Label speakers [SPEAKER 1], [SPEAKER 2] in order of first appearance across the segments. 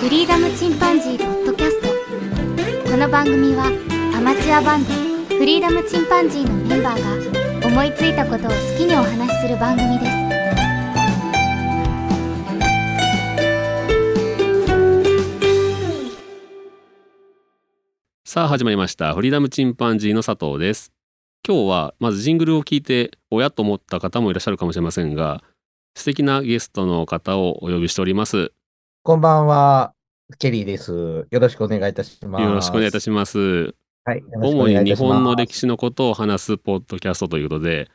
[SPEAKER 1] フリーダムチンパンジーポッドキャストこの番組はアマチュアバンドフリーダムチンパンジーのメンバーが思いついたことを好きにお話しする番組です
[SPEAKER 2] さあ始まりましたフリーダムチンパンジーの佐藤です今日はまずジングルを聞いて親と思った方もいらっしゃるかもしれませんが素敵なゲストの方をお呼びしておりますよ
[SPEAKER 3] こんばんは、ケリーです。よろしくお願いいたします。
[SPEAKER 2] ろしくお願いいた
[SPEAKER 3] し
[SPEAKER 2] します
[SPEAKER 3] ます。はい、よろしくお
[SPEAKER 2] 主
[SPEAKER 3] 願いい
[SPEAKER 2] に
[SPEAKER 3] たしま
[SPEAKER 2] 日
[SPEAKER 3] す
[SPEAKER 2] 本の歴史のことを話すポッドキャストということで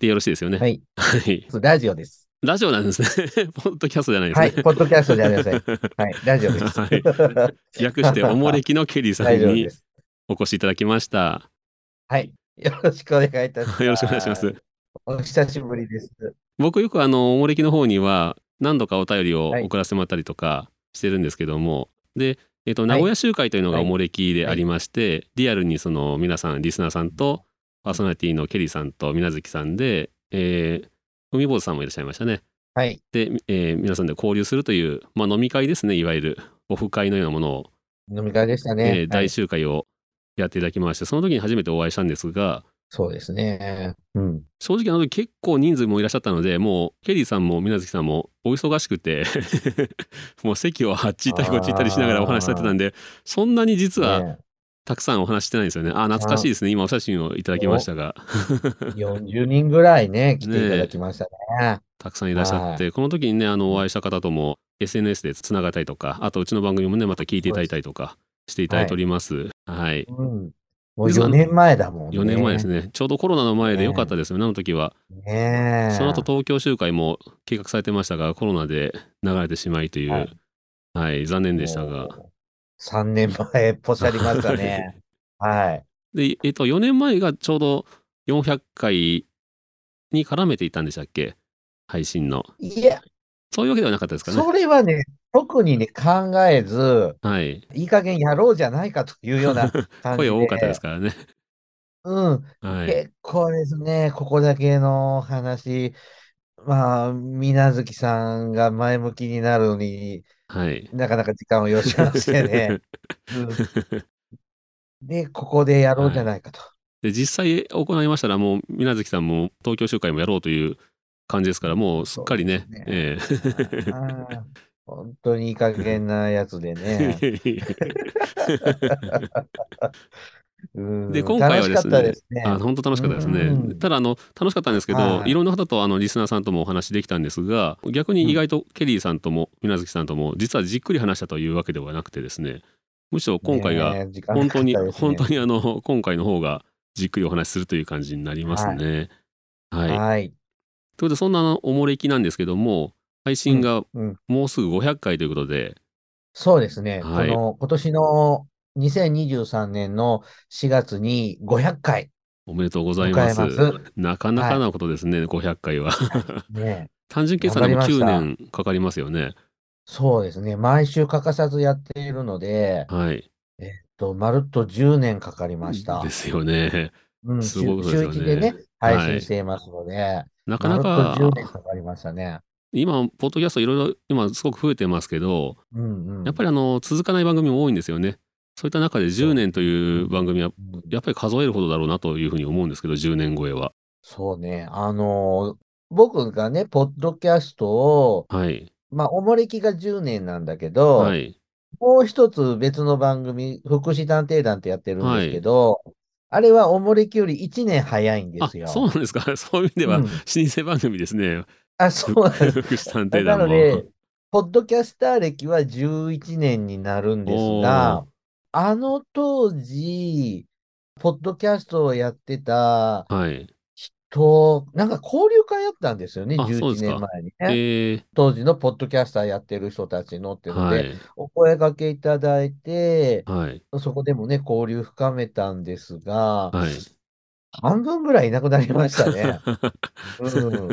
[SPEAKER 2] でよろしいですよね
[SPEAKER 3] はい、
[SPEAKER 2] はい
[SPEAKER 3] ラジオです。
[SPEAKER 2] ラジオなんです ねポッドキャストじゃないです
[SPEAKER 3] は
[SPEAKER 2] ね
[SPEAKER 3] い、ポッドキャストじゃありません。はい、ラジオです。
[SPEAKER 2] はい略しておもれきのケリーさ
[SPEAKER 3] ラ
[SPEAKER 2] ん
[SPEAKER 3] ジオ
[SPEAKER 2] に
[SPEAKER 3] です。
[SPEAKER 2] お越しいただきました
[SPEAKER 3] はい、よろしくお願いいたします。
[SPEAKER 2] よろしくお願いします。
[SPEAKER 3] お久しぶりです。
[SPEAKER 2] 僕よくあのおもれきの方には何度かお便りを
[SPEAKER 3] はい
[SPEAKER 2] 送らせてもらったりとかしてるんですけども、で、えっと
[SPEAKER 3] い
[SPEAKER 2] 名古屋集会というのが
[SPEAKER 3] は
[SPEAKER 2] お
[SPEAKER 3] い
[SPEAKER 2] もれきでありまして、リアルにその皆さんリスナーさんとパーソナリティのケリーさんと水無月さんで、えー、海坊主さんもいらっしゃいましたね
[SPEAKER 3] はい、
[SPEAKER 2] で、えー皆さんで交流するという、まあ、飲み会ですねいわゆるオフ会のようなものを、
[SPEAKER 3] 飲み会でした
[SPEAKER 2] え
[SPEAKER 3] ね。
[SPEAKER 2] ー
[SPEAKER 3] は
[SPEAKER 2] 大
[SPEAKER 3] い、
[SPEAKER 2] 集会をやっていただきましてその時に初めてお会いしたんですが、
[SPEAKER 3] そうですね。うん。
[SPEAKER 2] 正直あの時結構人数もいらっしゃったのでもうケリーさんも水無月さんもお忙しくて もう席をあっち行ったりこっち行ったりしながらお話しされてたんでそんなに実は
[SPEAKER 3] ね
[SPEAKER 2] たくさんお話ししてないんですよねあ懐かしいですね今お写真をいただきましたが
[SPEAKER 3] 40人ぐらい ね、来ていただきましたね。
[SPEAKER 2] たくさんいらっしゃっ
[SPEAKER 3] は
[SPEAKER 2] てこの時にねあのお会いした方とも SNS でつながったりとかあとうちの番組もねまた聞いていただいたりとかしていただいておりますはい、
[SPEAKER 3] うん。もう4年前だもんね。
[SPEAKER 2] 4年前ですねちょうどコロナの前でよかったですよねあの時は
[SPEAKER 3] ねえ。
[SPEAKER 2] その後東京集会も計画されてましたがコロナで流れてしまいという、は
[SPEAKER 3] はいい
[SPEAKER 2] 残念でしたが。
[SPEAKER 3] 3年前、ポシャりまし たね。はい。
[SPEAKER 2] で、えっと、4年前がちょうど400回に絡めていたんでしたっけ配信の。
[SPEAKER 3] いや、
[SPEAKER 2] そういうわけではなかったですかね。
[SPEAKER 3] それはね、特にね、考えず、
[SPEAKER 2] はい。
[SPEAKER 3] いい加減やろうじゃないかというよ うな感じで。
[SPEAKER 2] 声多かったですから ね。
[SPEAKER 3] うん、
[SPEAKER 2] はい。
[SPEAKER 3] 結構ですね、ここだけの話、まあ、水月さんが前向きになるのに
[SPEAKER 2] はい。
[SPEAKER 3] なかなか時間を要しましてね。うんで、ここでやろうじゃない かと。
[SPEAKER 2] で、実際行いましたら、もう、水月さんも東京集会もやろうという感じですから、もうすっかりね。
[SPEAKER 3] そうですね
[SPEAKER 2] え
[SPEAKER 3] あー本当にいい加減なやつで
[SPEAKER 2] え
[SPEAKER 3] ね。
[SPEAKER 2] で
[SPEAKER 3] で
[SPEAKER 2] 今回はですね
[SPEAKER 3] 楽しかったですね。
[SPEAKER 2] あ本当楽しかったですね。
[SPEAKER 3] うん
[SPEAKER 2] ただあの楽しかったんですけど、、
[SPEAKER 3] はいい
[SPEAKER 2] ろんな方とあのリスナーさんともお話できたんですが逆に意外とケリーさんとも水無月さんとも実はじっくり話したというわけではなくてですねむしろ今回
[SPEAKER 3] ね
[SPEAKER 2] が
[SPEAKER 3] え、時間
[SPEAKER 2] 本
[SPEAKER 3] なか
[SPEAKER 2] 当
[SPEAKER 3] っ
[SPEAKER 2] に、
[SPEAKER 3] たですね
[SPEAKER 2] 本当にあの今回の方がじっくりお話しするという感じになりますね。はい、
[SPEAKER 3] はい。
[SPEAKER 2] ということでそんなあのおもれきなんですけども配信が
[SPEAKER 3] うん
[SPEAKER 2] もうすぐ500回ということで、
[SPEAKER 3] そうですね。こ
[SPEAKER 2] はい
[SPEAKER 3] の今年の2023年の4月に500回
[SPEAKER 2] おめでとうござ
[SPEAKER 3] 迎
[SPEAKER 2] い
[SPEAKER 3] え
[SPEAKER 2] ま。
[SPEAKER 3] ますす。
[SPEAKER 2] なかなかなことですね、500回は。
[SPEAKER 3] ね、
[SPEAKER 2] 単純計算でも
[SPEAKER 3] 頑張り
[SPEAKER 2] 9
[SPEAKER 3] ました
[SPEAKER 2] 年かかりますよね。
[SPEAKER 3] そうですね。毎週欠かさずやっているので、
[SPEAKER 2] はい。
[SPEAKER 3] とまるっと10年かかりました
[SPEAKER 2] で。すよね。
[SPEAKER 3] うん、
[SPEAKER 2] すごいこと
[SPEAKER 3] 週
[SPEAKER 2] です
[SPEAKER 3] 週
[SPEAKER 2] よね
[SPEAKER 3] 一でね、配信
[SPEAKER 2] はい
[SPEAKER 3] していますので、
[SPEAKER 2] なかな
[SPEAKER 3] まるっと
[SPEAKER 2] か
[SPEAKER 3] 10年かかりましたね。
[SPEAKER 2] 今ポッドキャストいろいろ今すごく増えてますけど、
[SPEAKER 3] うんうん。
[SPEAKER 2] やっぱりあの続かない番組も多いんですよね。そういった中で10年という番組は
[SPEAKER 3] り、
[SPEAKER 2] やっぱり数えるほどだろうなというふうに思うんですけど、10年超えは。
[SPEAKER 3] そうね。あのー僕がね、ポッドキャストを、
[SPEAKER 2] はい
[SPEAKER 3] まあ、おもれきが10年なんだけど、
[SPEAKER 2] はい
[SPEAKER 3] もう一つ別の番組、福祉探偵団ってやってるんですけど、あれはおもれきより1年早いんで
[SPEAKER 2] あ
[SPEAKER 3] すよ。
[SPEAKER 2] そうなんですか。 そういう意味では
[SPEAKER 3] う
[SPEAKER 2] 老
[SPEAKER 3] ん
[SPEAKER 2] 舗番組です ね。
[SPEAKER 3] あ、そうなんです。
[SPEAKER 2] 福祉探偵
[SPEAKER 3] な
[SPEAKER 2] 団
[SPEAKER 3] の
[SPEAKER 2] も。
[SPEAKER 3] で、ポッドキャスター歴は11年になるんですが、あの当時、ポッドキャストをやってた
[SPEAKER 2] はい。
[SPEAKER 3] 人、なんか交流会やったんですよね、
[SPEAKER 2] あそうで
[SPEAKER 3] 11
[SPEAKER 2] すか
[SPEAKER 3] 年前に
[SPEAKER 2] え
[SPEAKER 3] ね。
[SPEAKER 2] ー、
[SPEAKER 3] 当時のポッドキャスターやってる人たちのっていうの
[SPEAKER 2] は
[SPEAKER 3] で、
[SPEAKER 2] い
[SPEAKER 3] お声掛けいただいて、
[SPEAKER 2] はい
[SPEAKER 3] そこでもね、交流深めたんです
[SPEAKER 2] は
[SPEAKER 3] が、
[SPEAKER 2] い。
[SPEAKER 3] 半分ぐらいいなくなりましたね。う ん。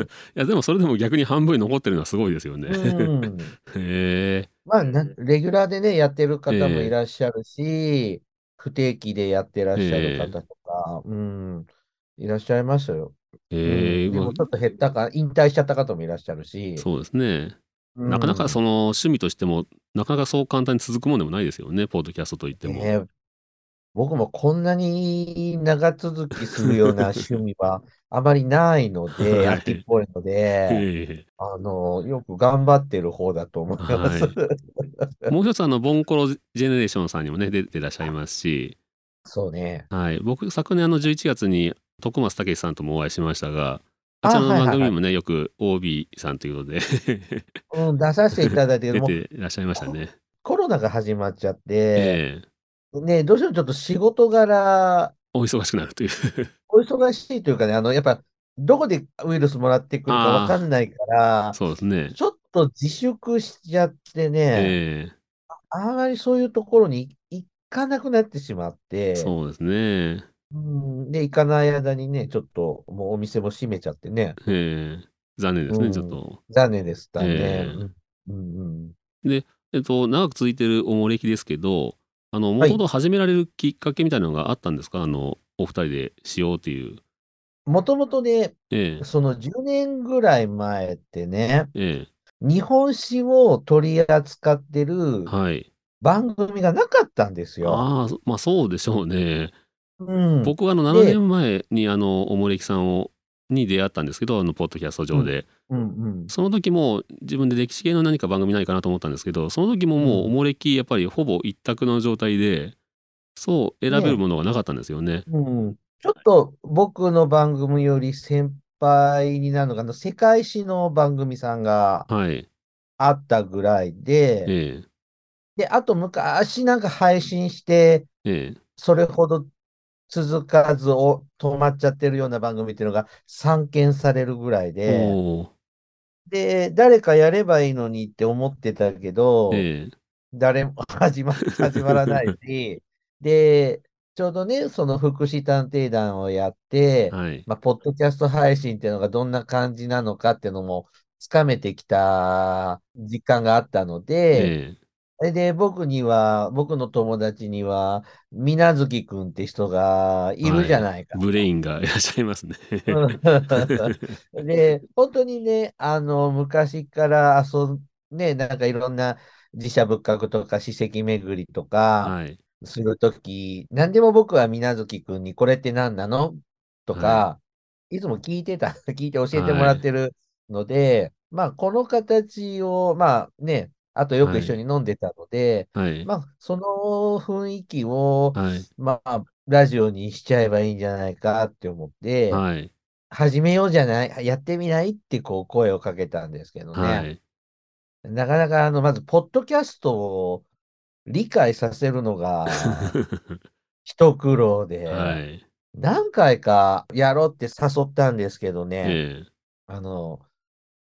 [SPEAKER 2] いやでもそれでも逆に半分残ってるのはすごいですよね。
[SPEAKER 3] うん、
[SPEAKER 2] へえ
[SPEAKER 3] まあな、レギュラーでね、やってる方も
[SPEAKER 2] ええ
[SPEAKER 3] いらっしゃるし、不定期でやってらっしゃる方とか、うん、いらっしゃいましたよ。
[SPEAKER 2] ええ
[SPEAKER 3] うんで
[SPEAKER 2] まあ
[SPEAKER 3] もちょっと減ったか、引退しちゃった方もいらっしゃるし、
[SPEAKER 2] そうですね。
[SPEAKER 3] な
[SPEAKER 2] なかなかその趣味としてもなかなかそう簡単に続くもんでもないですよねポッドキャストといっても、
[SPEAKER 3] ね僕もこんなに長続きする ような趣味はあまりないので、
[SPEAKER 2] はい
[SPEAKER 3] 秋っぽい ので、
[SPEAKER 2] え
[SPEAKER 3] あの、よく頑張ってる方だと思います。
[SPEAKER 2] はえもう一つあのボンコロジェネレーションさんにもね出てらっしゃいますし、
[SPEAKER 3] そうね。
[SPEAKER 2] はい、僕昨年あの11月に徳松武さんともお会いしましたがあちらの
[SPEAKER 3] あはいは
[SPEAKER 2] 番
[SPEAKER 3] いはい
[SPEAKER 2] 組にもねよく OB さんということで
[SPEAKER 3] うん、出させていただいて、
[SPEAKER 2] 出
[SPEAKER 3] もう
[SPEAKER 2] てらっしゃいましたね。
[SPEAKER 3] コロナが始まっちゃって、
[SPEAKER 2] ええ
[SPEAKER 3] ね、どうしてもちょっと仕事柄、
[SPEAKER 2] お忙しくなるという。
[SPEAKER 3] お忙しいというかね、あの、やっぱ、どこでウイルスもらってくるかわかんないから、
[SPEAKER 2] そうですね。
[SPEAKER 3] ちょっと自粛しちゃってね、
[SPEAKER 2] ええ
[SPEAKER 3] あまりそういうところに行かなくなってしまって、
[SPEAKER 2] そうですね。
[SPEAKER 3] うん、で、行かない間にね、ちょっともうお店も閉めちゃってね、
[SPEAKER 2] ええ残念ですね、
[SPEAKER 3] うん
[SPEAKER 2] ちょっと。
[SPEAKER 3] 残念でした
[SPEAKER 2] え
[SPEAKER 3] ね
[SPEAKER 2] え。
[SPEAKER 3] うんうん、
[SPEAKER 2] えっと、長く続いてるおもれきですけど、あの、も
[SPEAKER 3] はい
[SPEAKER 2] ともと始められるきっかけみたいなのがあったんですか、あの、お二人でしようっていう。
[SPEAKER 3] もともとね、
[SPEAKER 2] ええ
[SPEAKER 3] その10年ぐらい前ってね、
[SPEAKER 2] え
[SPEAKER 3] 日本史を取り扱ってる
[SPEAKER 2] えはい。
[SPEAKER 3] 番組がなかったんですよ。
[SPEAKER 2] ああ、そまあそうでしょうね。
[SPEAKER 3] うん、
[SPEAKER 2] 僕はあの、7年前に、あの、おもれきさんを、に出会ったんですけど、あの、ポッドキャスト上で。
[SPEAKER 3] うんうん、
[SPEAKER 2] その時も自分で歴史系の何か番組ないかなと思ったんですけどその時ももうおもれきやっぱりほぼ一択の状態でそう選べるものがなかったんですよね。
[SPEAKER 3] うん、ちょっと僕の番組より先輩になるのかな、世界史の番組さんが
[SPEAKER 2] はい。
[SPEAKER 3] あったぐらいで、
[SPEAKER 2] え
[SPEAKER 3] で、あと昔なんか配信して、
[SPEAKER 2] えええ
[SPEAKER 3] それほど続かずを止まっちゃってるような番組っていうのが散見されるぐらいで、
[SPEAKER 2] おー
[SPEAKER 3] で、誰かやればいいのにって思ってたけど、
[SPEAKER 2] ええ
[SPEAKER 3] 誰も始ま、始まらない し、で、ちょうどね、その福祉探偵団をやって、
[SPEAKER 2] はい。
[SPEAKER 3] まあ、ポッドキャスト配信っていうのがどんな感じなのかっていうのもつかめてきた実感があったので、
[SPEAKER 2] え
[SPEAKER 3] それで、僕には、僕の友達には、みなずきくんって人がいるじゃない
[SPEAKER 2] え
[SPEAKER 3] か。
[SPEAKER 2] ブレインがいらっしゃいますね。
[SPEAKER 3] うん で、本当にね、あの、昔から遊ん、ね、なんかいろんな寺社仏閣とか史跡巡りとか
[SPEAKER 2] はい。
[SPEAKER 3] するとき、何でも僕はみなずきくんにこれって何なのとか、いつも聞いてた、 聞いて教えてもらってるので、まあ、この形を、まあね、あとよく一緒に飲んでたので、
[SPEAKER 2] はい。
[SPEAKER 3] まあ、その雰囲気を、
[SPEAKER 2] はい。
[SPEAKER 3] まあ、ラジオにしちゃえばいいんじゃないかって思って、
[SPEAKER 2] はい。
[SPEAKER 3] 始めようじゃない、やってみないってこう声をかけたんですけどね。
[SPEAKER 2] はい。
[SPEAKER 3] なかなか、あの、まず、ポッドキャストを理解させる のが一苦労で、
[SPEAKER 2] はい。
[SPEAKER 3] 何回かやろうって誘ったんですけどね、
[SPEAKER 2] ええ
[SPEAKER 3] あの、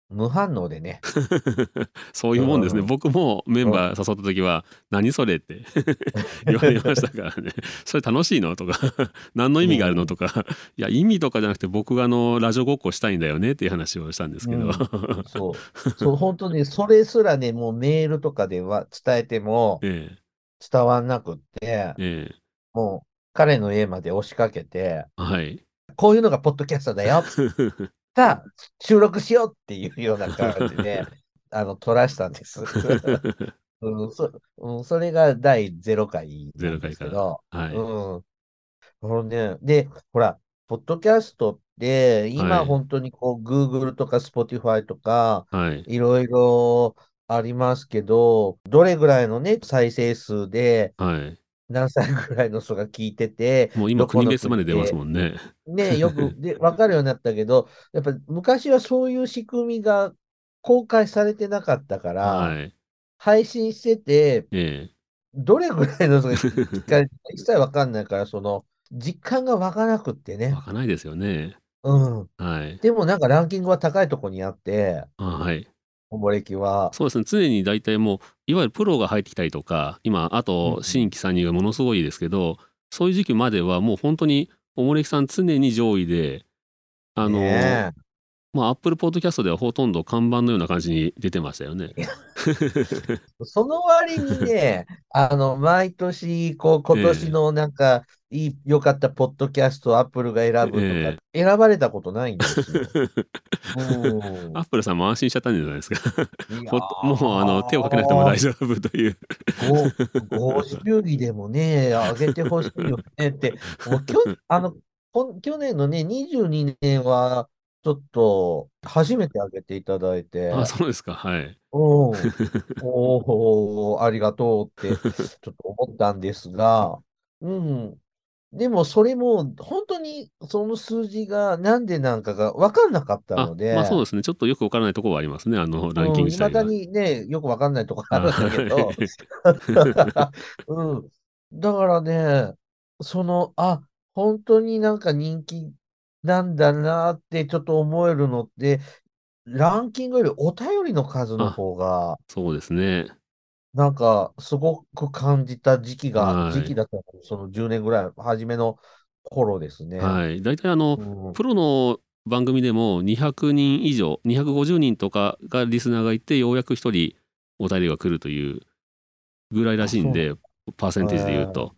[SPEAKER 3] 無反応でね。
[SPEAKER 2] そういうもんですね。
[SPEAKER 3] うん
[SPEAKER 2] 僕もメンバー誘った時は「何それ?」って 言われましたからね 「それ楽しいの?」とか 「何の意味があるの?」とか「いや意味とかじゃなくて僕があのラジオごっこしたいんだよね」っていう話をしたんですけど、
[SPEAKER 3] うんそう、そう、本当にそれすらね、もうメールとかでは伝えても
[SPEAKER 2] え
[SPEAKER 3] 伝わんなくっ
[SPEAKER 2] え、
[SPEAKER 3] て
[SPEAKER 2] ええ
[SPEAKER 3] もう彼の家まで押しかけて、
[SPEAKER 2] はい。
[SPEAKER 3] こういうのがポッドキャストだよ。さあ、収録しようっていうような感じ で、あの、撮らしたんです。うん、そうんそれが第0回なんですけど、
[SPEAKER 2] はい、
[SPEAKER 3] うん。ほんで、で、ほら、ポッドキャストって、
[SPEAKER 2] は
[SPEAKER 3] 今
[SPEAKER 2] い
[SPEAKER 3] 本当にこう、Google とか Spotify とか、
[SPEAKER 2] はい、
[SPEAKER 3] いろいろありますけど、どれぐらいのね、再生数で、
[SPEAKER 2] は
[SPEAKER 3] 何歳ぐらいの人が聞いてて、
[SPEAKER 2] い。もう
[SPEAKER 3] ど
[SPEAKER 2] 今
[SPEAKER 3] この
[SPEAKER 2] 国別まで出ますもんね。
[SPEAKER 3] ね、よくで分かるようになったけど、やっぱ昔はそういう仕組みが公開されてなかったから、
[SPEAKER 2] はい。
[SPEAKER 3] 配信してて、
[SPEAKER 2] え
[SPEAKER 3] どれぐらいの人が聞かれてる か一切分かんないから、その実感が湧かなくって
[SPEAKER 2] え。
[SPEAKER 3] ね
[SPEAKER 2] わ、かないですよね。
[SPEAKER 3] うん。
[SPEAKER 2] はい。
[SPEAKER 3] でもなんかランキングは高いとこにあって、
[SPEAKER 2] あはい。
[SPEAKER 3] おもれきは。
[SPEAKER 2] そうですね常に大体もういわゆるプロが入ってきたりとか今あ
[SPEAKER 3] う
[SPEAKER 2] と
[SPEAKER 3] ん
[SPEAKER 2] 新規参入がものすごいですけど、そういう時期まではもう本当におもれきさん常に上位であの、
[SPEAKER 3] ねえ
[SPEAKER 2] まあ、Apple Podcast ではほとんど看板のような感じに出てましたよね。
[SPEAKER 3] その割に ね、あの、毎年、こう、今年のなんか、いい、良かったポッドキャストをアップルが選ぶとか、
[SPEAKER 2] え
[SPEAKER 3] 選ばれたことないんです よ。うん
[SPEAKER 2] アップルさんも安心しちゃったんじゃないですか。
[SPEAKER 3] いや
[SPEAKER 2] ほ
[SPEAKER 3] ー
[SPEAKER 2] もうあの手をかけなくても大丈夫という。
[SPEAKER 3] ご50儀でもね、あげてほしいよねって、もうきょ あのこん去年のね、22年は、ちょっと、初めてあげていただいて、
[SPEAKER 2] あそうですか。はい。
[SPEAKER 3] おおおーありがとうって、ちょっと思ったんですが、うん。でも、それも、本当に、その数字が、なんでなんかが分かんなかった
[SPEAKER 2] あ
[SPEAKER 3] ので、
[SPEAKER 2] まあそうですね。ちょっとよくわからないところはありますね。あのランキング自
[SPEAKER 3] ま
[SPEAKER 2] 体
[SPEAKER 3] だ
[SPEAKER 2] が。
[SPEAKER 3] にね、よく分かんないところあるんだけど、 うん。だからね、その、あ、本当になんか人気なんだなってちょっと思えるのって、ランキングよりお便りの数の方が、
[SPEAKER 2] そうですね。
[SPEAKER 3] なんかすごく感じた時期
[SPEAKER 2] は
[SPEAKER 3] が、
[SPEAKER 2] い
[SPEAKER 3] 時期だったのその10年ぐらい、初めの頃ですね。
[SPEAKER 2] はい。大体あの、
[SPEAKER 3] うん
[SPEAKER 2] プロの番組でも200人以上、250人とかがリスナーがいて、ようやく一人お便りが来るというぐらいらしいんで、パーセンテージで言うと。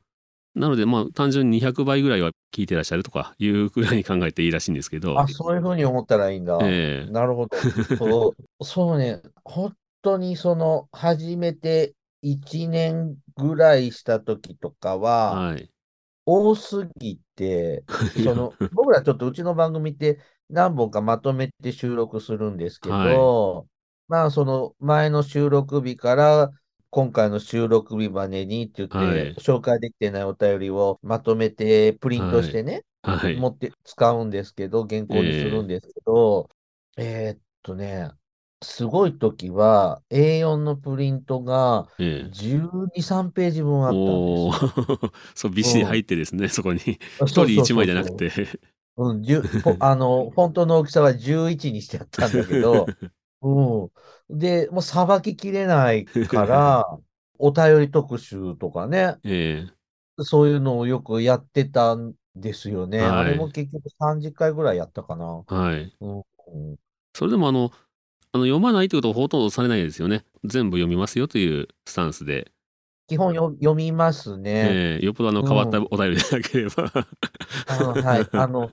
[SPEAKER 2] なので、まあ、単純に200倍ぐらいは聞いてらっしゃるとかいうぐらいに考えていいらしいんですけど。
[SPEAKER 3] あ、そういうふうに思ったらいいんだ。
[SPEAKER 2] ええ
[SPEAKER 3] なるほど。そう、そうね、本当にその、初めて1年ぐらいした時とかは、
[SPEAKER 2] はい。
[SPEAKER 3] 多すぎて、その、僕らちょっとうちの番組って何本かまとめて収録するんですけど、まあ、その前の収録日から今回の収録日までにって言
[SPEAKER 2] は
[SPEAKER 3] っ
[SPEAKER 2] い
[SPEAKER 3] て、紹介できてないお便りをまとめて、プリントしてね、
[SPEAKER 2] はい。
[SPEAKER 3] 持って使うんですけど、原稿にするんですけど、えーっとね、すごい時は A4 のプリントが
[SPEAKER 2] ええ
[SPEAKER 3] 12、3ページ分あったん
[SPEAKER 2] おお
[SPEAKER 3] ですよ。
[SPEAKER 2] ー そうびっしり入ってですねそこに一
[SPEAKER 3] そうそうそう
[SPEAKER 2] 人一枚じゃなくて
[SPEAKER 3] うん、じゅほあの、フォントの大きさは11にしてやったんだ けど、うん。で、もうさばききれない から、お便り特集とかね、
[SPEAKER 2] え
[SPEAKER 3] そういうのをよくやってたんですよね。
[SPEAKER 2] はい
[SPEAKER 3] あれも結局30回ぐらいやったかな。
[SPEAKER 2] えはい
[SPEAKER 3] うんうん
[SPEAKER 2] それでもあのあの読まないということをほとんどされないですよね全部読みますよというスタンスで、
[SPEAKER 3] 基本よ読みますね。
[SPEAKER 2] ええよっぽどあの
[SPEAKER 3] うん
[SPEAKER 2] 変わったお便りでなければ、
[SPEAKER 3] あのはい。あの、よ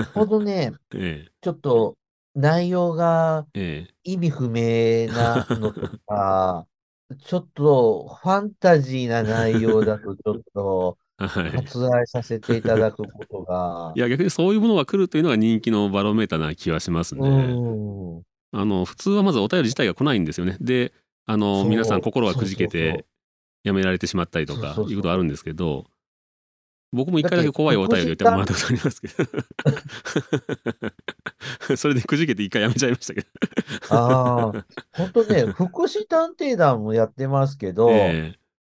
[SPEAKER 3] っぽどね、
[SPEAKER 2] え
[SPEAKER 3] ちょっと内容が
[SPEAKER 2] ええ
[SPEAKER 3] 意味不明なのと か、ちょっとファンタジーな内容だとちょっと
[SPEAKER 2] えはい
[SPEAKER 3] 割愛させていただくことが
[SPEAKER 2] い、や逆にそういうものが来るというのが人気のバロメーターな気はします
[SPEAKER 3] う
[SPEAKER 2] ね、
[SPEAKER 3] ん、
[SPEAKER 2] あの普通はまずお便り自体が来ないんですよねであの
[SPEAKER 3] そう
[SPEAKER 2] 皆さん心がくじけ
[SPEAKER 3] そうそうそう
[SPEAKER 2] てやめられてしまったりとか
[SPEAKER 3] そうそうそう
[SPEAKER 2] いうことあるんですけど僕も一回だけ怖いお便りを言ったらまたことありますけど それでくじけて一回やめちゃいましたけど、
[SPEAKER 3] ああ、本当ね、 福祉探偵団もやってますけど、
[SPEAKER 2] え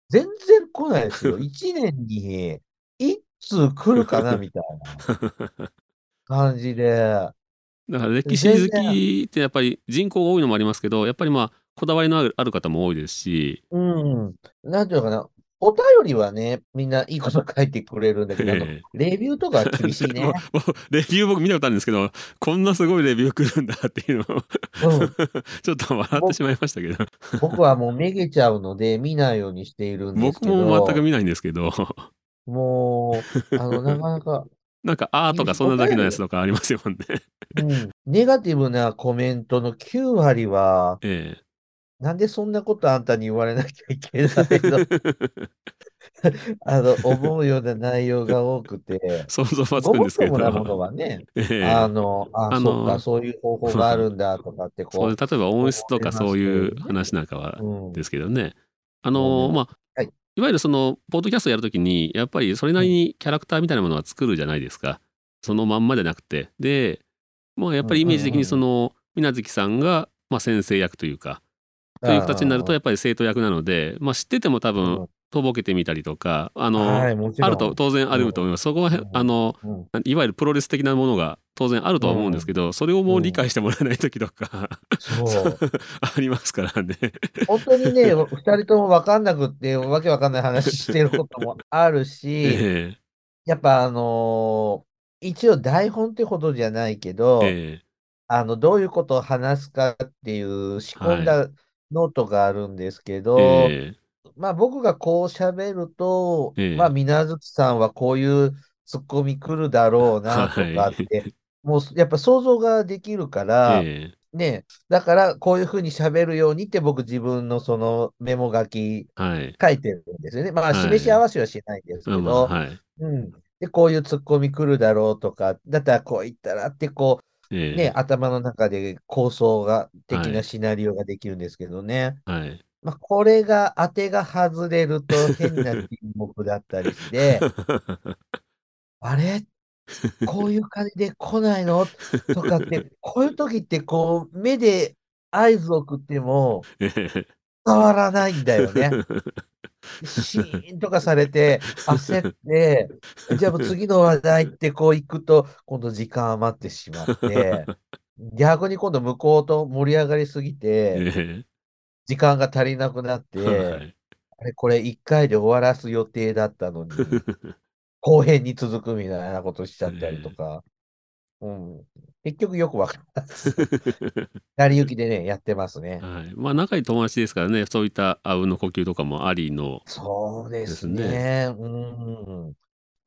[SPEAKER 3] 全然来ないですよ。1年に1通来るかなみたい
[SPEAKER 2] え
[SPEAKER 3] な感じで、
[SPEAKER 2] だから歴史好きってやっぱり人口が多いのもありますけどやっぱりまあこだわりのあるある方も多いですし、
[SPEAKER 3] うん、なんていうのかな、お便りはね、みんないいこと書いてくれるんだけど、あの
[SPEAKER 2] ええ
[SPEAKER 3] レビューとかは 厳しいね。
[SPEAKER 2] もうレビュー僕見たことあるんですけどこんなすごいレビュー来るんだっていうのを
[SPEAKER 3] うん、
[SPEAKER 2] ちょっと笑ってしまいましたけど
[SPEAKER 3] 僕はもうめげちゃうので、見ないようにしているんです
[SPEAKER 2] 僕
[SPEAKER 3] けど、
[SPEAKER 2] も全く見ないんですけ ど
[SPEAKER 3] もう、あの、なかなか、
[SPEAKER 2] なんか「あ」とかそんなだけのやつとかありますよ ね。
[SPEAKER 3] うん、ネガティブなコメントの9割は、
[SPEAKER 2] え
[SPEAKER 3] なんでそんなことあんたに言われなきゃいけないの
[SPEAKER 2] え、
[SPEAKER 3] あの、思うような内容が多くて、
[SPEAKER 2] 想像はつ
[SPEAKER 3] ご
[SPEAKER 2] くん
[SPEAKER 3] もっ
[SPEAKER 2] ですけ
[SPEAKER 3] ともなもの
[SPEAKER 2] ど、
[SPEAKER 3] はね、
[SPEAKER 2] え
[SPEAKER 3] あ
[SPEAKER 2] え、
[SPEAKER 3] の、あ、
[SPEAKER 2] あ
[SPEAKER 3] そっ
[SPEAKER 2] の
[SPEAKER 3] か、そういう方法があるんだとかって、
[SPEAKER 2] そ
[SPEAKER 3] こ
[SPEAKER 2] う例
[SPEAKER 3] う
[SPEAKER 2] えば音質とか
[SPEAKER 3] 思いますけどね
[SPEAKER 2] そういう話なんかは
[SPEAKER 3] うん、
[SPEAKER 2] ですけどねあの
[SPEAKER 3] うん
[SPEAKER 2] まあ、
[SPEAKER 3] はい
[SPEAKER 2] い、わゆるそのポッドキャストやるときにやっぱりそれなりにキャラクターみたいなものは作るじゃないですかそのまんまじゃなくてでまあやっぱりイメージ的にその水無月さんが、まあ、先生役というかという形になるとやっぱり生徒役なので、まあ、知ってても多
[SPEAKER 3] うん
[SPEAKER 2] 分とぼけてみたりとかあ
[SPEAKER 3] うん
[SPEAKER 2] の、
[SPEAKER 3] はい、もち
[SPEAKER 2] ある
[SPEAKER 3] ろ
[SPEAKER 2] と
[SPEAKER 3] ん。
[SPEAKER 2] 当然あると思います。そこは
[SPEAKER 3] うん
[SPEAKER 2] あの
[SPEAKER 3] うん
[SPEAKER 2] いわゆるプロレス的なものが当然あるとは思うんですけど、それをもう理解してもらえない時とか、
[SPEAKER 3] そう。
[SPEAKER 2] ありますからね。
[SPEAKER 3] 本当に ね、二人とも分かんなくって、わけわかんない話してることもあるし、
[SPEAKER 2] え
[SPEAKER 3] やっぱあのー一応台本ってほどじゃないけど
[SPEAKER 2] え、え
[SPEAKER 3] あの、どういうことを話すかっていう仕込んだノートがあるんですけど、
[SPEAKER 2] ええ
[SPEAKER 3] まあ僕がこう喋ると、
[SPEAKER 2] ええ
[SPEAKER 3] まあ水月さんはこういうツッコミ来るだろうなと かって、もうやっぱ想像ができるから、
[SPEAKER 2] え
[SPEAKER 3] ね、だからこういうふうに喋るようにって僕自分のそのメモ書
[SPEAKER 2] え
[SPEAKER 3] き
[SPEAKER 2] はい。
[SPEAKER 3] 書いてるんですよね。まあ
[SPEAKER 2] はい
[SPEAKER 3] 示し合わせはしないんですけ
[SPEAKER 2] まあまあ
[SPEAKER 3] ど、
[SPEAKER 2] はい。
[SPEAKER 3] うん。で、こういうツッコミ来るだろうとか、だったらこう言ったらってこう、
[SPEAKER 2] ええ
[SPEAKER 3] ね、頭の中で構想が、的
[SPEAKER 2] は
[SPEAKER 3] ないシナリオができるんですけどね。
[SPEAKER 2] はい。
[SPEAKER 3] まあ、これが当てが外れる と変な品目だったりして、あれこういう感じで来ないのとかって、こういう時ってこう、目で合図を送っても
[SPEAKER 2] ええ
[SPEAKER 3] 伝わらないんだよ ね。シーンとかされて、焦って、じゃあもう次の話題ってこう行くと、今度時間余ってしまって、逆に今度向こうと盛り上がりすぎて、
[SPEAKER 2] え
[SPEAKER 3] 時間が足りなくなっ
[SPEAKER 2] え
[SPEAKER 3] て、
[SPEAKER 2] はい
[SPEAKER 3] あれこれ1回で終わらす予定だっ たのに、後編に続くみたいなことしちゃったりとか、うん、結局よくわからないです。成り行きでね、やってますね。
[SPEAKER 2] はい。まあ仲いい友達ですからね、そういったあうんの呼吸とかもありの。
[SPEAKER 3] そうです
[SPEAKER 2] です
[SPEAKER 3] ね。うん。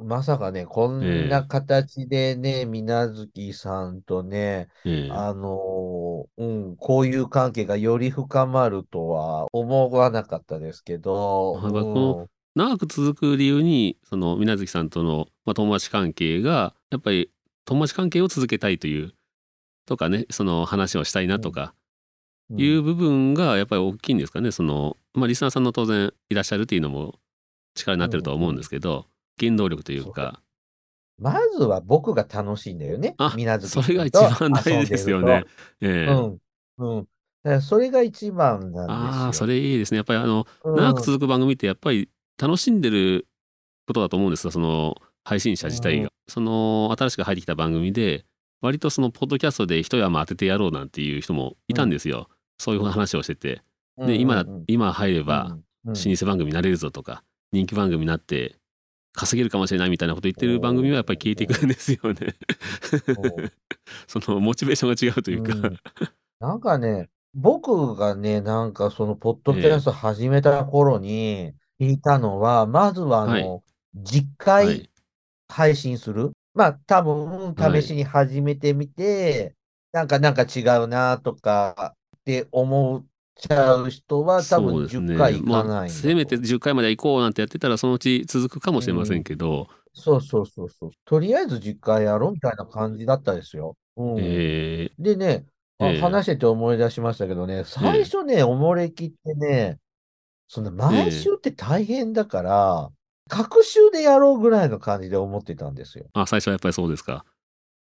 [SPEAKER 3] まさかね、こ
[SPEAKER 2] え
[SPEAKER 3] ん
[SPEAKER 2] え
[SPEAKER 3] な形でね、みなずきさんとね、
[SPEAKER 2] ええ
[SPEAKER 3] あのーうん、交友関係がより深まるとは思わなかったですけど、
[SPEAKER 2] あまあ
[SPEAKER 3] うん
[SPEAKER 2] こ長く続く理由にその水無月さんとの、まあ、友達関係がやっぱり友達関係を続けたいというとかねその話をしたいなとか
[SPEAKER 3] うん
[SPEAKER 2] いう部分がやっぱり大きいんですかねその、まあ、リスナーさんの当然いらっしゃるっていうのも力になってるとは思うんですけど原動力というか
[SPEAKER 3] まずは僕が楽しいんだよね
[SPEAKER 2] あ。
[SPEAKER 3] みなずき
[SPEAKER 2] それが一
[SPEAKER 3] さんと
[SPEAKER 2] 番大事ですよね。え
[SPEAKER 3] 遊ん
[SPEAKER 2] え
[SPEAKER 3] でると。うん。うん。だからそれが一番なんです
[SPEAKER 2] ああそ
[SPEAKER 3] よ。
[SPEAKER 2] れいいですねやっぱりあの
[SPEAKER 3] うん
[SPEAKER 2] 長く続く番組ってやっぱり楽しんでることだと思うんですがその配信者自体が、
[SPEAKER 3] うん
[SPEAKER 2] その新しく入ってきた番組で割とそのポッドキャストで一山当ててやろうなんていう人もいたんですよ、そういう話をしてて、
[SPEAKER 3] うん
[SPEAKER 2] で
[SPEAKER 3] うん
[SPEAKER 2] 今
[SPEAKER 3] うん
[SPEAKER 2] 今入れ
[SPEAKER 3] う
[SPEAKER 2] ば
[SPEAKER 3] んうん
[SPEAKER 2] 老舗番組になれるぞとか人気番組になって稼げるかもしれないみたいなこと言ってる番組はやっぱり聞いていくんですよね
[SPEAKER 3] そう
[SPEAKER 2] そのモチベーションが違うというか、
[SPEAKER 3] んなんかね、僕がね、なんかその、ポッドキャスト始めた頃に聞いたのは、まずは、あ
[SPEAKER 2] はい
[SPEAKER 3] の、10
[SPEAKER 2] は
[SPEAKER 3] 回
[SPEAKER 2] い
[SPEAKER 3] 配信する。まあ、多分、
[SPEAKER 2] はい
[SPEAKER 3] 試しに始めてみて、なんか、なんか違うなとかって思っちゃう人は、多分
[SPEAKER 2] そうですね
[SPEAKER 3] 10回いか
[SPEAKER 2] ま
[SPEAKER 3] な
[SPEAKER 2] あ、
[SPEAKER 3] いんだ
[SPEAKER 2] せめて
[SPEAKER 3] と。
[SPEAKER 2] 10回までは行こうなんてやってたらそのうち続くかもしれませんけど、
[SPEAKER 3] そうそうそうそう。とりあえず10回やろうみたいな感じだったですよ。うん。
[SPEAKER 2] えー
[SPEAKER 3] でね、あ
[SPEAKER 2] ええ
[SPEAKER 3] 話してて思い出しましたけどね、最初ね、おもれきってね、その毎週って大変だから、隔週でやろうぐらいの感じで思ってたんですよ。
[SPEAKER 2] あ最初はやっぱりそうですか。